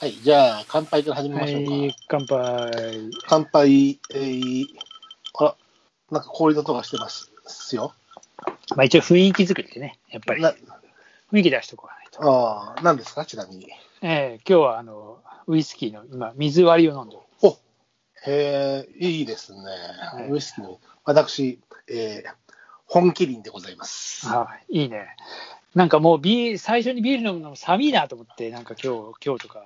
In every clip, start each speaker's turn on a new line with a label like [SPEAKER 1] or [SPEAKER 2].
[SPEAKER 1] はい、じゃあ、乾杯から始め
[SPEAKER 2] は
[SPEAKER 1] ましょうか。
[SPEAKER 2] い、乾杯。
[SPEAKER 1] 乾杯、えー、あら、なんか氷の音がしてますすよ。
[SPEAKER 2] まあ一応雰囲気作りでね、やっぱり
[SPEAKER 1] な
[SPEAKER 2] 雰囲気出しておかないと。
[SPEAKER 1] ああ、何ですか、ちなみに。
[SPEAKER 2] ええ今日はあの、ウイスキーの今、水割りを飲んでる。
[SPEAKER 1] おへえ、いいですね。
[SPEAKER 2] い
[SPEAKER 1] ウイスキーの、私、えー、本麒麟でございます。
[SPEAKER 2] はい、いいね。なんかもうビール、最初にビール飲むのも寒いなと思って、なんか今日、今日とか、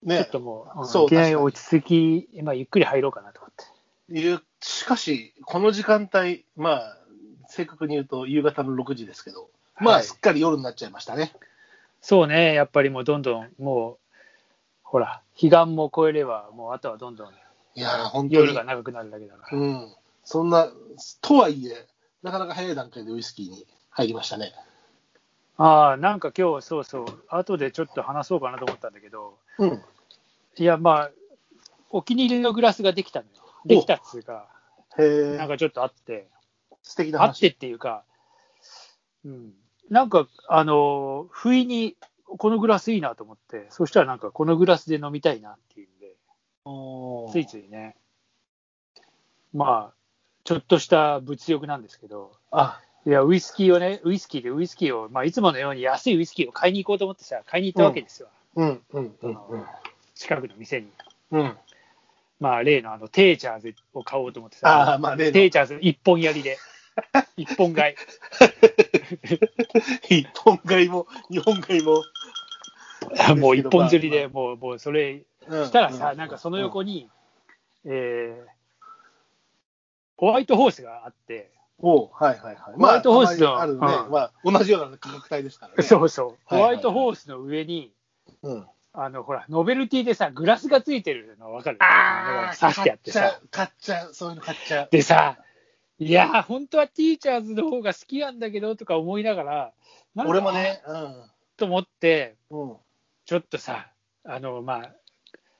[SPEAKER 2] ちょ
[SPEAKER 1] ね
[SPEAKER 2] っともう、
[SPEAKER 1] そう
[SPEAKER 2] いきな
[SPEAKER 1] 確
[SPEAKER 2] り
[SPEAKER 1] かに
[SPEAKER 2] 落ち着き、まあゆっくり入ろうかなと思って。
[SPEAKER 1] ゆしかし、この時間帯、まあ、正確に言うと夕方の6時ですけど、まあ、
[SPEAKER 2] はい
[SPEAKER 1] すっかり夜になっちゃいましたね。
[SPEAKER 2] そうね、やっぱりもうどんどん、もう、ほら、彼岸も越えれば、もうあとはどんどん
[SPEAKER 1] いやー、本当
[SPEAKER 2] 夜
[SPEAKER 1] に
[SPEAKER 2] が。長くなるだけだから。
[SPEAKER 1] うん。そんな、とはいえ、なかなか早い段階でウイスキーに入りましたね。
[SPEAKER 2] ああ、なんか今日、そうそう、後でちょっと話そうかなと思ったんだけど、
[SPEAKER 1] うん。
[SPEAKER 2] いや、まあ、お気に入りのグラスができたのよ。できたっつうか、
[SPEAKER 1] へえ。
[SPEAKER 2] なんかちょっとあって、
[SPEAKER 1] 素敵な
[SPEAKER 2] あっ
[SPEAKER 1] 話。
[SPEAKER 2] てっていうか、うん、なんか、あの、不意に、このグラスいいなと思って、そしたらなんか、このグラスで飲みたいなっていうんで、
[SPEAKER 1] おー
[SPEAKER 2] ついついね、まあ、ちょっとした物欲なんですけど、
[SPEAKER 1] あ、
[SPEAKER 2] いや、ウイスキーをね、ウイスキーでウイスキーを、まあ、いつものように安いウイスキーを買いに行こうと思ってさ、買いに行ったわけですよ、
[SPEAKER 1] うん、うん、うん、
[SPEAKER 2] 近くの店に。
[SPEAKER 1] うん。うん。
[SPEAKER 2] まあ、例のあの、テーチャーズを買おうと思って
[SPEAKER 1] あ
[SPEAKER 2] さ、
[SPEAKER 1] あ、まあ、例
[SPEAKER 2] テー
[SPEAKER 1] の
[SPEAKER 2] チャーズ一本やり で、一本買い。
[SPEAKER 1] 一本買いも、日本買いも。
[SPEAKER 2] もう一本釣りで、もう、もうそれ、
[SPEAKER 1] うん
[SPEAKER 2] したらさ、なんかその横に、えーホワイトホースがあって、
[SPEAKER 1] おうはいはいはい。
[SPEAKER 2] ホワイトホース
[SPEAKER 1] ま
[SPEAKER 2] の
[SPEAKER 1] ああるね。
[SPEAKER 2] うん
[SPEAKER 1] まあ、同じような価格帯ですからね。
[SPEAKER 2] そうそう、
[SPEAKER 1] はい
[SPEAKER 2] ホ
[SPEAKER 1] はい
[SPEAKER 2] ワイトホースの上に、
[SPEAKER 1] うん。
[SPEAKER 2] あの、ほら、ノベルティでさ、グラスがついてるのわかる
[SPEAKER 1] ああ、
[SPEAKER 2] 刺してあってさ。。
[SPEAKER 1] 買っちゃう、そういうの買っちゃう。
[SPEAKER 2] でさ、いやー、本当はティーチャーズの方が好きなんだけど、とか思いながら、なんか
[SPEAKER 1] 俺も。ね、
[SPEAKER 2] と思って、
[SPEAKER 1] うん。うん。
[SPEAKER 2] ちょっとさ、あの、まあ、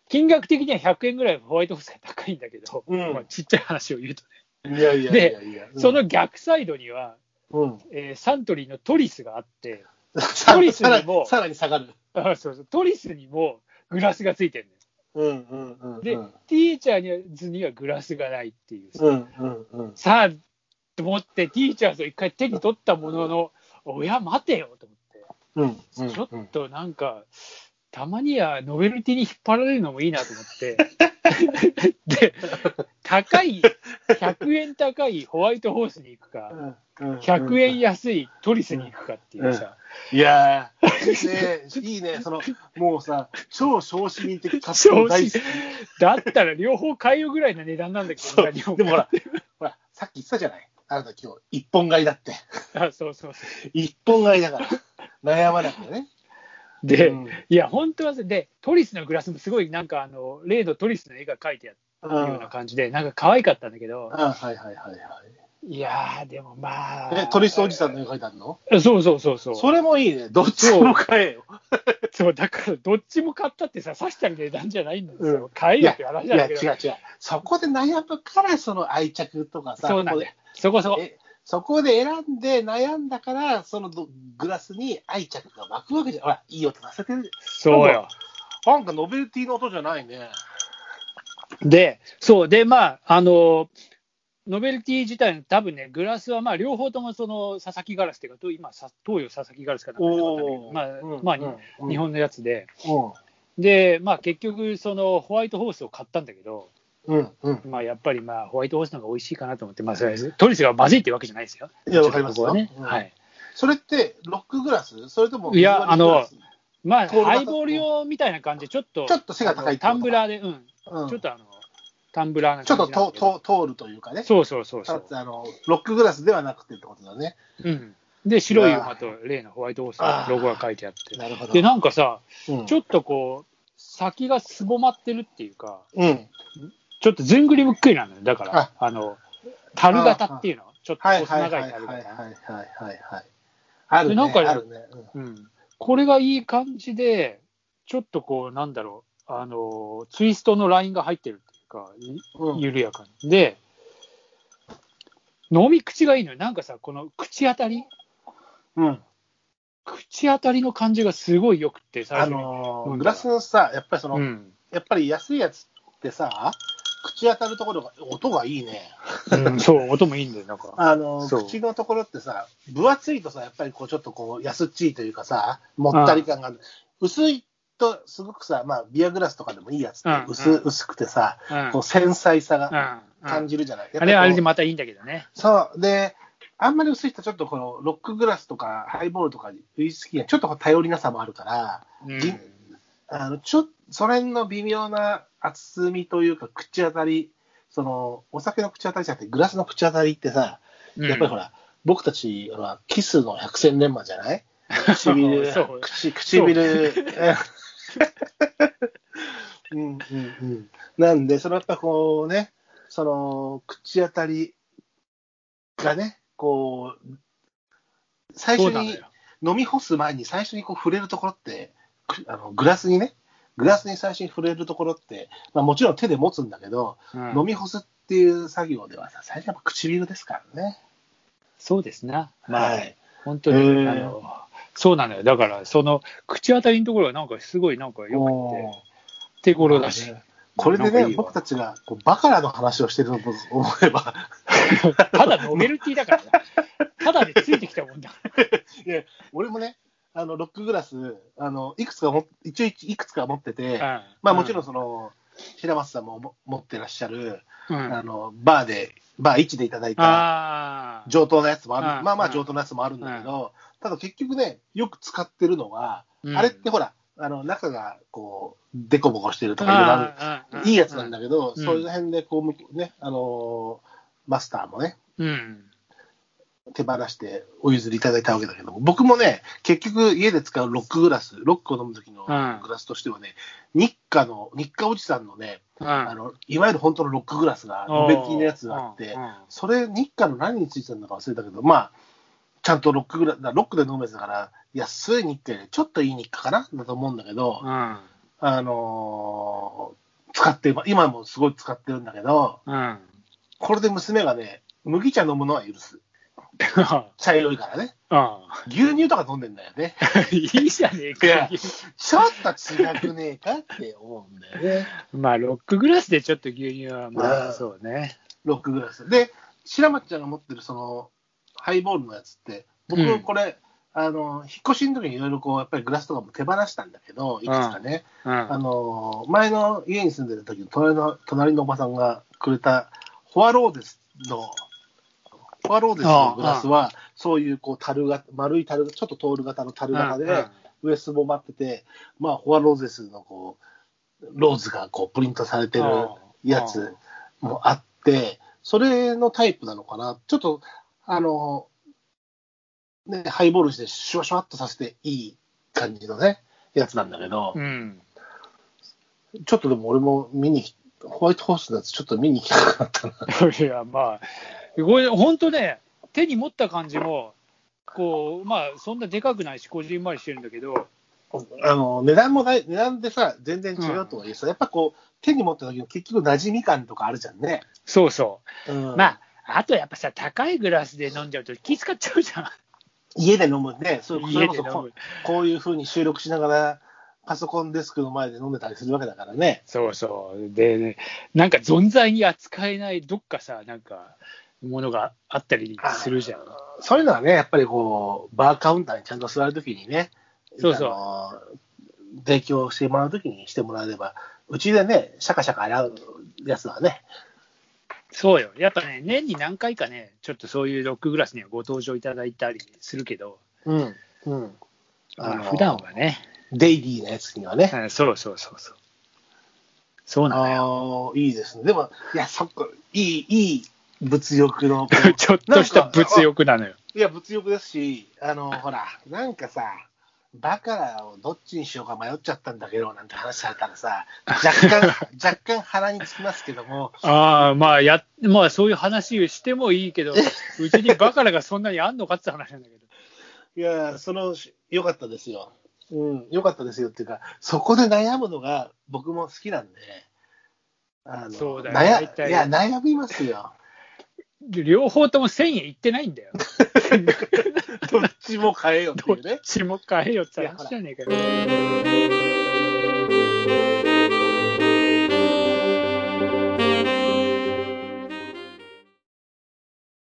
[SPEAKER 2] 金額的には100円ぐらいホワイトホースが高いんだけど、
[SPEAKER 1] うん
[SPEAKER 2] まあ、ちっちゃい話を言うとね、
[SPEAKER 1] いやいやいやいや。うん
[SPEAKER 2] その、逆サイドには、
[SPEAKER 1] うん。
[SPEAKER 2] えーサントリーのトリスがあって、
[SPEAKER 1] さ
[SPEAKER 2] トリス
[SPEAKER 1] ら
[SPEAKER 2] に
[SPEAKER 1] に
[SPEAKER 2] も
[SPEAKER 1] さらに下がる。
[SPEAKER 2] あそうそうトリスにもグラスがついてるのよ。
[SPEAKER 1] うんうんうんうん。
[SPEAKER 2] で、ティーチャーズにはグラスがないっていうさ、
[SPEAKER 1] うんうんうん。
[SPEAKER 2] さあ、と思って、ティーチャーズを一回手に取ったものの、おや、待てよと思って。
[SPEAKER 1] うんうん。
[SPEAKER 2] ちょっとなんか、たまにはノベルティに引っ張られるのもいいなと思って、 で、高い、100円高いホワイトホースに行くか、100円
[SPEAKER 1] や。
[SPEAKER 2] 安いトリスに行くかっていうさ、
[SPEAKER 1] いやー、いいね、いいね、その、もうさ、超小市民的活動大好き。
[SPEAKER 2] だったら両方買えよぐらいの値段なんだけど
[SPEAKER 1] そう
[SPEAKER 2] さ、日本
[SPEAKER 1] でもほら、ほら、さっき言ってたじゃない。あなた今日、一本買いだって。
[SPEAKER 2] あそうそうそ
[SPEAKER 1] 一本買いだから。悩まなくてね。
[SPEAKER 2] う。で、
[SPEAKER 1] うん
[SPEAKER 2] いや、本当はさで、トリスのグラスもすごい、なんかあの、例のトリスの絵が描いてあ
[SPEAKER 1] うん。
[SPEAKER 2] るような
[SPEAKER 1] あ
[SPEAKER 2] 感じで、なんか可愛かったんだけど、
[SPEAKER 1] はいはいはいはい
[SPEAKER 2] いやー、でもま。あ。
[SPEAKER 1] え、トリスおじさんの絵描いてあるの
[SPEAKER 2] そうそうそうそう。
[SPEAKER 1] それもいいね。どっちも買えよ。
[SPEAKER 2] そう、だから、どっちも買ったってさ、刺したる値段じゃないんです
[SPEAKER 1] うん
[SPEAKER 2] よ。買え
[SPEAKER 1] い
[SPEAKER 2] よ
[SPEAKER 1] や、
[SPEAKER 2] っ
[SPEAKER 1] い
[SPEAKER 2] て
[SPEAKER 1] や違
[SPEAKER 2] 話
[SPEAKER 1] う
[SPEAKER 2] なんだけ
[SPEAKER 1] 違
[SPEAKER 2] ど。
[SPEAKER 1] う。そこで悩むから、その愛着とかさ、
[SPEAKER 2] そうなんだよ。そこそこ。
[SPEAKER 1] えそこで選んで悩んだから、そのどグラスに愛着が湧くわけじゃん。ほら、いい音出せてる。
[SPEAKER 2] そうよ。
[SPEAKER 1] なんかノベルティの音じゃないね。
[SPEAKER 2] で、そう、で、まあ、あの、ノベルティ自体の多分ね、グラスはまあ両方ともその佐々木ガラスっていうか、と今、さ東洋佐々木ガラスかなんかよかったんだけど
[SPEAKER 1] おー
[SPEAKER 2] ま
[SPEAKER 1] うん
[SPEAKER 2] あ、まあ、
[SPEAKER 1] うん
[SPEAKER 2] 日本のやつで、
[SPEAKER 1] う
[SPEAKER 2] で、まあ結局、そのホワイトホースを買ったんだけど、
[SPEAKER 1] ん。うん。うん。
[SPEAKER 2] まあやっぱりまあホワイトホースの方が美味しいかなと思って、まあそれトリスがまずいってわけじゃないですよ。
[SPEAKER 1] いやわかりますよ
[SPEAKER 2] ここはね。
[SPEAKER 1] うん
[SPEAKER 2] はい。
[SPEAKER 1] それって、ロックグラスそれとも、
[SPEAKER 2] いや
[SPEAKER 1] ビーバリーグ
[SPEAKER 2] まあ、
[SPEAKER 1] 通りが
[SPEAKER 2] ハイボール用みたいな感じで、ちょっと、
[SPEAKER 1] ちょっと背が高いってことか
[SPEAKER 2] あのタンブラーで、うん、
[SPEAKER 1] ラスうん
[SPEAKER 2] ちょっとあの、タンブラーな
[SPEAKER 1] ちょ
[SPEAKER 2] 感
[SPEAKER 1] っ
[SPEAKER 2] じな
[SPEAKER 1] と
[SPEAKER 2] んだ
[SPEAKER 1] と
[SPEAKER 2] けど
[SPEAKER 1] と通るというかね。
[SPEAKER 2] そうそうそうそ
[SPEAKER 1] あ
[SPEAKER 2] う、
[SPEAKER 1] あのロックグラスではなくてってことだね。
[SPEAKER 2] うん。で、白い馬と例のホワイトホース
[SPEAKER 1] あ
[SPEAKER 2] の
[SPEAKER 1] ー
[SPEAKER 2] ロゴが書いてあって。
[SPEAKER 1] なるほど。
[SPEAKER 2] で、なんかさ、
[SPEAKER 1] うん、
[SPEAKER 2] ちょっとこう、先がすぼまってるっていうか、
[SPEAKER 1] うん。
[SPEAKER 2] ちょっとずんぐりむっくりなのよ。だから、
[SPEAKER 1] あ
[SPEAKER 2] あの、樽型っていうのちょっと
[SPEAKER 1] はい
[SPEAKER 2] 細
[SPEAKER 1] はいはいはいはいいは
[SPEAKER 2] 長樽
[SPEAKER 1] いはい
[SPEAKER 2] 型。
[SPEAKER 1] はい。あるね。
[SPEAKER 2] なんかね
[SPEAKER 1] あるね。うん
[SPEAKER 2] うん。これがいい感じで、ちょっとこう、なんだろう、あの、ツイストのラインが入ってるっていうか、い
[SPEAKER 1] うん
[SPEAKER 2] 緩やかに。で、飲み口がいいのよ。なんかさ、この口当たり、
[SPEAKER 1] うん。
[SPEAKER 2] 口当たりの感じがすごい良くって、最
[SPEAKER 1] あ
[SPEAKER 2] 初に。
[SPEAKER 1] の
[SPEAKER 2] 飲
[SPEAKER 1] ー
[SPEAKER 2] んだら
[SPEAKER 1] グラスのさ、やっぱりその、
[SPEAKER 2] うん。
[SPEAKER 1] やっぱり安いやつってさ、口当たるところが、音がいいね。
[SPEAKER 2] うんそう、音もいいんだよ、な んか。
[SPEAKER 1] あのー
[SPEAKER 2] そう
[SPEAKER 1] 口のところってさ、分厚いとさ、やっぱりこうちょっとこう安っちいというかさ、もったり感がある。薄いとすごくさ、まあ、ビアグラスとかでもいいやつって
[SPEAKER 2] うん
[SPEAKER 1] 薄,、
[SPEAKER 2] うん
[SPEAKER 1] 薄くてさ、
[SPEAKER 2] うん
[SPEAKER 1] こう繊細さ
[SPEAKER 2] うんう
[SPEAKER 1] が
[SPEAKER 2] ん
[SPEAKER 1] 感じるじゃない。やっ
[SPEAKER 2] あ
[SPEAKER 1] ぱり
[SPEAKER 2] れ
[SPEAKER 1] こう
[SPEAKER 2] はあれでまたいいんだけどね。
[SPEAKER 1] そう。で、あんまり薄い人はちょっとこのロックグラスとかハイボールとかウイスキーにはちょっと頼りなさもあるから、
[SPEAKER 2] うん
[SPEAKER 1] じあのちょその辺の微妙な厚みというか口当たり、そのお酒の口当たりじゃなくてグラスの口当たりってさ、やっぱりほら、僕たちはキスの百戦錬磨じゃない唇
[SPEAKER 2] そう、
[SPEAKER 1] 口唇。うんうんうん、なんで、そのやっぱこうね、その口当たりがね、こう、最
[SPEAKER 2] そ
[SPEAKER 1] 初
[SPEAKER 2] うなの
[SPEAKER 1] に
[SPEAKER 2] よ。
[SPEAKER 1] 飲み干す前に最初にこう触れるところって、くあのグラスにね、グラスに最初に触れるところって、まあ、もちろん手で持つんだけど、
[SPEAKER 2] うん
[SPEAKER 1] 飲み干すっていう作業ではさ、最初はやっぱ唇ですからね。
[SPEAKER 2] そうですな。まあ、
[SPEAKER 1] はい
[SPEAKER 2] 本当に、
[SPEAKER 1] へー
[SPEAKER 2] あの、そうなのよ。だから、その、口当たりのところがなんかすごいなんか良くて、手頃だし。
[SPEAKER 1] これで
[SPEAKER 2] なんか
[SPEAKER 1] ね、
[SPEAKER 2] いいわ
[SPEAKER 1] 僕たちがこうバカラの話をしてると思えば、
[SPEAKER 2] ただノベルティだからな。ただでついてきたもんだ。
[SPEAKER 1] 俺もね、あのロックグラス、あのいくつかも一応いいくつか持ってて、
[SPEAKER 2] うん
[SPEAKER 1] まあもちろん、その、平松さんもも持ってらっしゃる、
[SPEAKER 2] うん
[SPEAKER 1] あのバーで、バー1でいただいた
[SPEAKER 2] ああ。
[SPEAKER 1] 上等なやつもある、
[SPEAKER 2] うん
[SPEAKER 1] まあまあ
[SPEAKER 2] うん
[SPEAKER 1] 上等なやつもあるんだけど、ただ結局ね、よく使ってるのは、
[SPEAKER 2] うん
[SPEAKER 1] あれってほら、あの中がこう、デコボコしてるとかいろいろある。
[SPEAKER 2] あー
[SPEAKER 1] いいやつなんだけど、
[SPEAKER 2] うん
[SPEAKER 1] そういう辺でこう向き、ね、あのーマスターもね、
[SPEAKER 2] うん。
[SPEAKER 1] 手放してお譲りいただいたわけだけども、僕もね、結局家で使うロックグラス、ロックを飲む時の
[SPEAKER 2] うん
[SPEAKER 1] グラスとしてはね、日課の、日課おじさんのね、
[SPEAKER 2] うん
[SPEAKER 1] あの、いわゆる本当のロックグラスが、ノベルティのやつがあって
[SPEAKER 2] うん、うん
[SPEAKER 1] それ日課の何についてたのか忘れたけど、まあ、ちゃんとロックグラス、だからロックで飲むやつだから、安い日課よりちょっといい日課かなだと思うんだけど、
[SPEAKER 2] うん。
[SPEAKER 1] あのー使って、今もすごい使ってるんだけど、
[SPEAKER 2] うん。
[SPEAKER 1] これで娘がね、麦茶飲むのは許す。茶色いからね。
[SPEAKER 2] あ
[SPEAKER 1] 牛乳とか飲んでんだよね。
[SPEAKER 2] ー いいじゃねえ
[SPEAKER 1] いや
[SPEAKER 2] か。
[SPEAKER 1] ちょっと違くねえかって思うんだよね。
[SPEAKER 2] まあ、ロックグラスでちょっと牛乳は、ま
[SPEAKER 1] うん
[SPEAKER 2] あ、そうね。
[SPEAKER 1] ロックグラス。で、白松ちゃんが持ってるその、ハイボールのやつって、
[SPEAKER 2] うん
[SPEAKER 1] 僕これ、あの、引っ越しの時にいろいろこう、やっぱりグラスとかも手放したんだけど、いくつかね。
[SPEAKER 2] うん。
[SPEAKER 1] あの、前の家に住んでる時の隣の、隣のおばさんがくれた、ホアローデスの、ホアローデスのグラスは、そういうこう、樽が、丸い樽、ちょっとトール型の樽型で、ウエストも待ってて、まあ、ホアローゼスのこう、ローズがこう、プリントされてるやつもあって、それのタイプなのかな。ちょっと、あの、ね、ハイボールしてシュワシュワっとさせていい感じのね、やつなんだけど
[SPEAKER 2] う、ん。
[SPEAKER 1] ちょっとでも俺も見に、ホワイトホースのやつちょっと見に行きたかったな。
[SPEAKER 2] いや、まあ、これ、本当ね、手に持った感じも、こう、まあ、そんなでかくないし、こじんまりしてるんだけど、
[SPEAKER 1] あの、値段もない、値段でさ、全然違うとはいえさ、やっぱこう、手に持った時の結局馴染み感とかあるじゃんね。
[SPEAKER 2] そうそ
[SPEAKER 1] うん
[SPEAKER 2] う。まあ、あとやっぱさ、高いグラスで飲んじゃうと気使っちゃうじゃん。
[SPEAKER 1] 家で飲むね、それそ
[SPEAKER 2] 家
[SPEAKER 1] れこ
[SPEAKER 2] で
[SPEAKER 1] そ
[SPEAKER 2] 飲
[SPEAKER 1] こ
[SPEAKER 2] む。
[SPEAKER 1] こういうふうに収録しながら、パソコンデスクの前で飲んでたりするわけだからね。
[SPEAKER 2] そうそう。で、ね、なんか存在に扱えない、どっかさ、なんか、ものがあったりするじゃん。
[SPEAKER 1] そういうのはね、やっぱりこう、バーカウンターにちゃんと座るときにね、
[SPEAKER 2] そうそう
[SPEAKER 1] あの提供してもらうときにしてもらえれば、うちでね、シャカシャカ洗うやつはね、
[SPEAKER 2] そうよ。やっぱね、年に何回かね、ちょっとそういうロックグラスにはご登場いただいたりするけど、
[SPEAKER 1] うん、うん。あ
[SPEAKER 2] ま
[SPEAKER 1] の
[SPEAKER 2] あ普段はね、
[SPEAKER 1] デイリーなやつにはね、
[SPEAKER 2] うんそうそうそうそう。そうなのよ。
[SPEAKER 1] ああ、いいですね。でも、いや、そこ、いい、いい物欲の、
[SPEAKER 2] ちょっとした物欲なのよ。
[SPEAKER 1] いや、物欲ですし、あの、ほら、なんかさ、バカラをどっちにしようか迷っちゃったんだけど、なんて話されたらさ、若干、若干腹につきますけども、
[SPEAKER 2] ああ、まあや、まあそういう話をしてもいいけど、うちにバカラがそんなにあんのかって話なんだけど。
[SPEAKER 1] いや、その、良かったですよ。うん、良かったですよっていうか、そこで悩むのが僕も好きなんで、あの
[SPEAKER 2] そうだよ大
[SPEAKER 1] 悩
[SPEAKER 2] 体
[SPEAKER 1] いや、悩みますよ。
[SPEAKER 2] 両方とも1000円いってないんだよ。
[SPEAKER 1] どっちも買えよって
[SPEAKER 2] ど
[SPEAKER 1] い
[SPEAKER 2] っ
[SPEAKER 1] うね。
[SPEAKER 2] ちも買えよって話じゃねえかよ。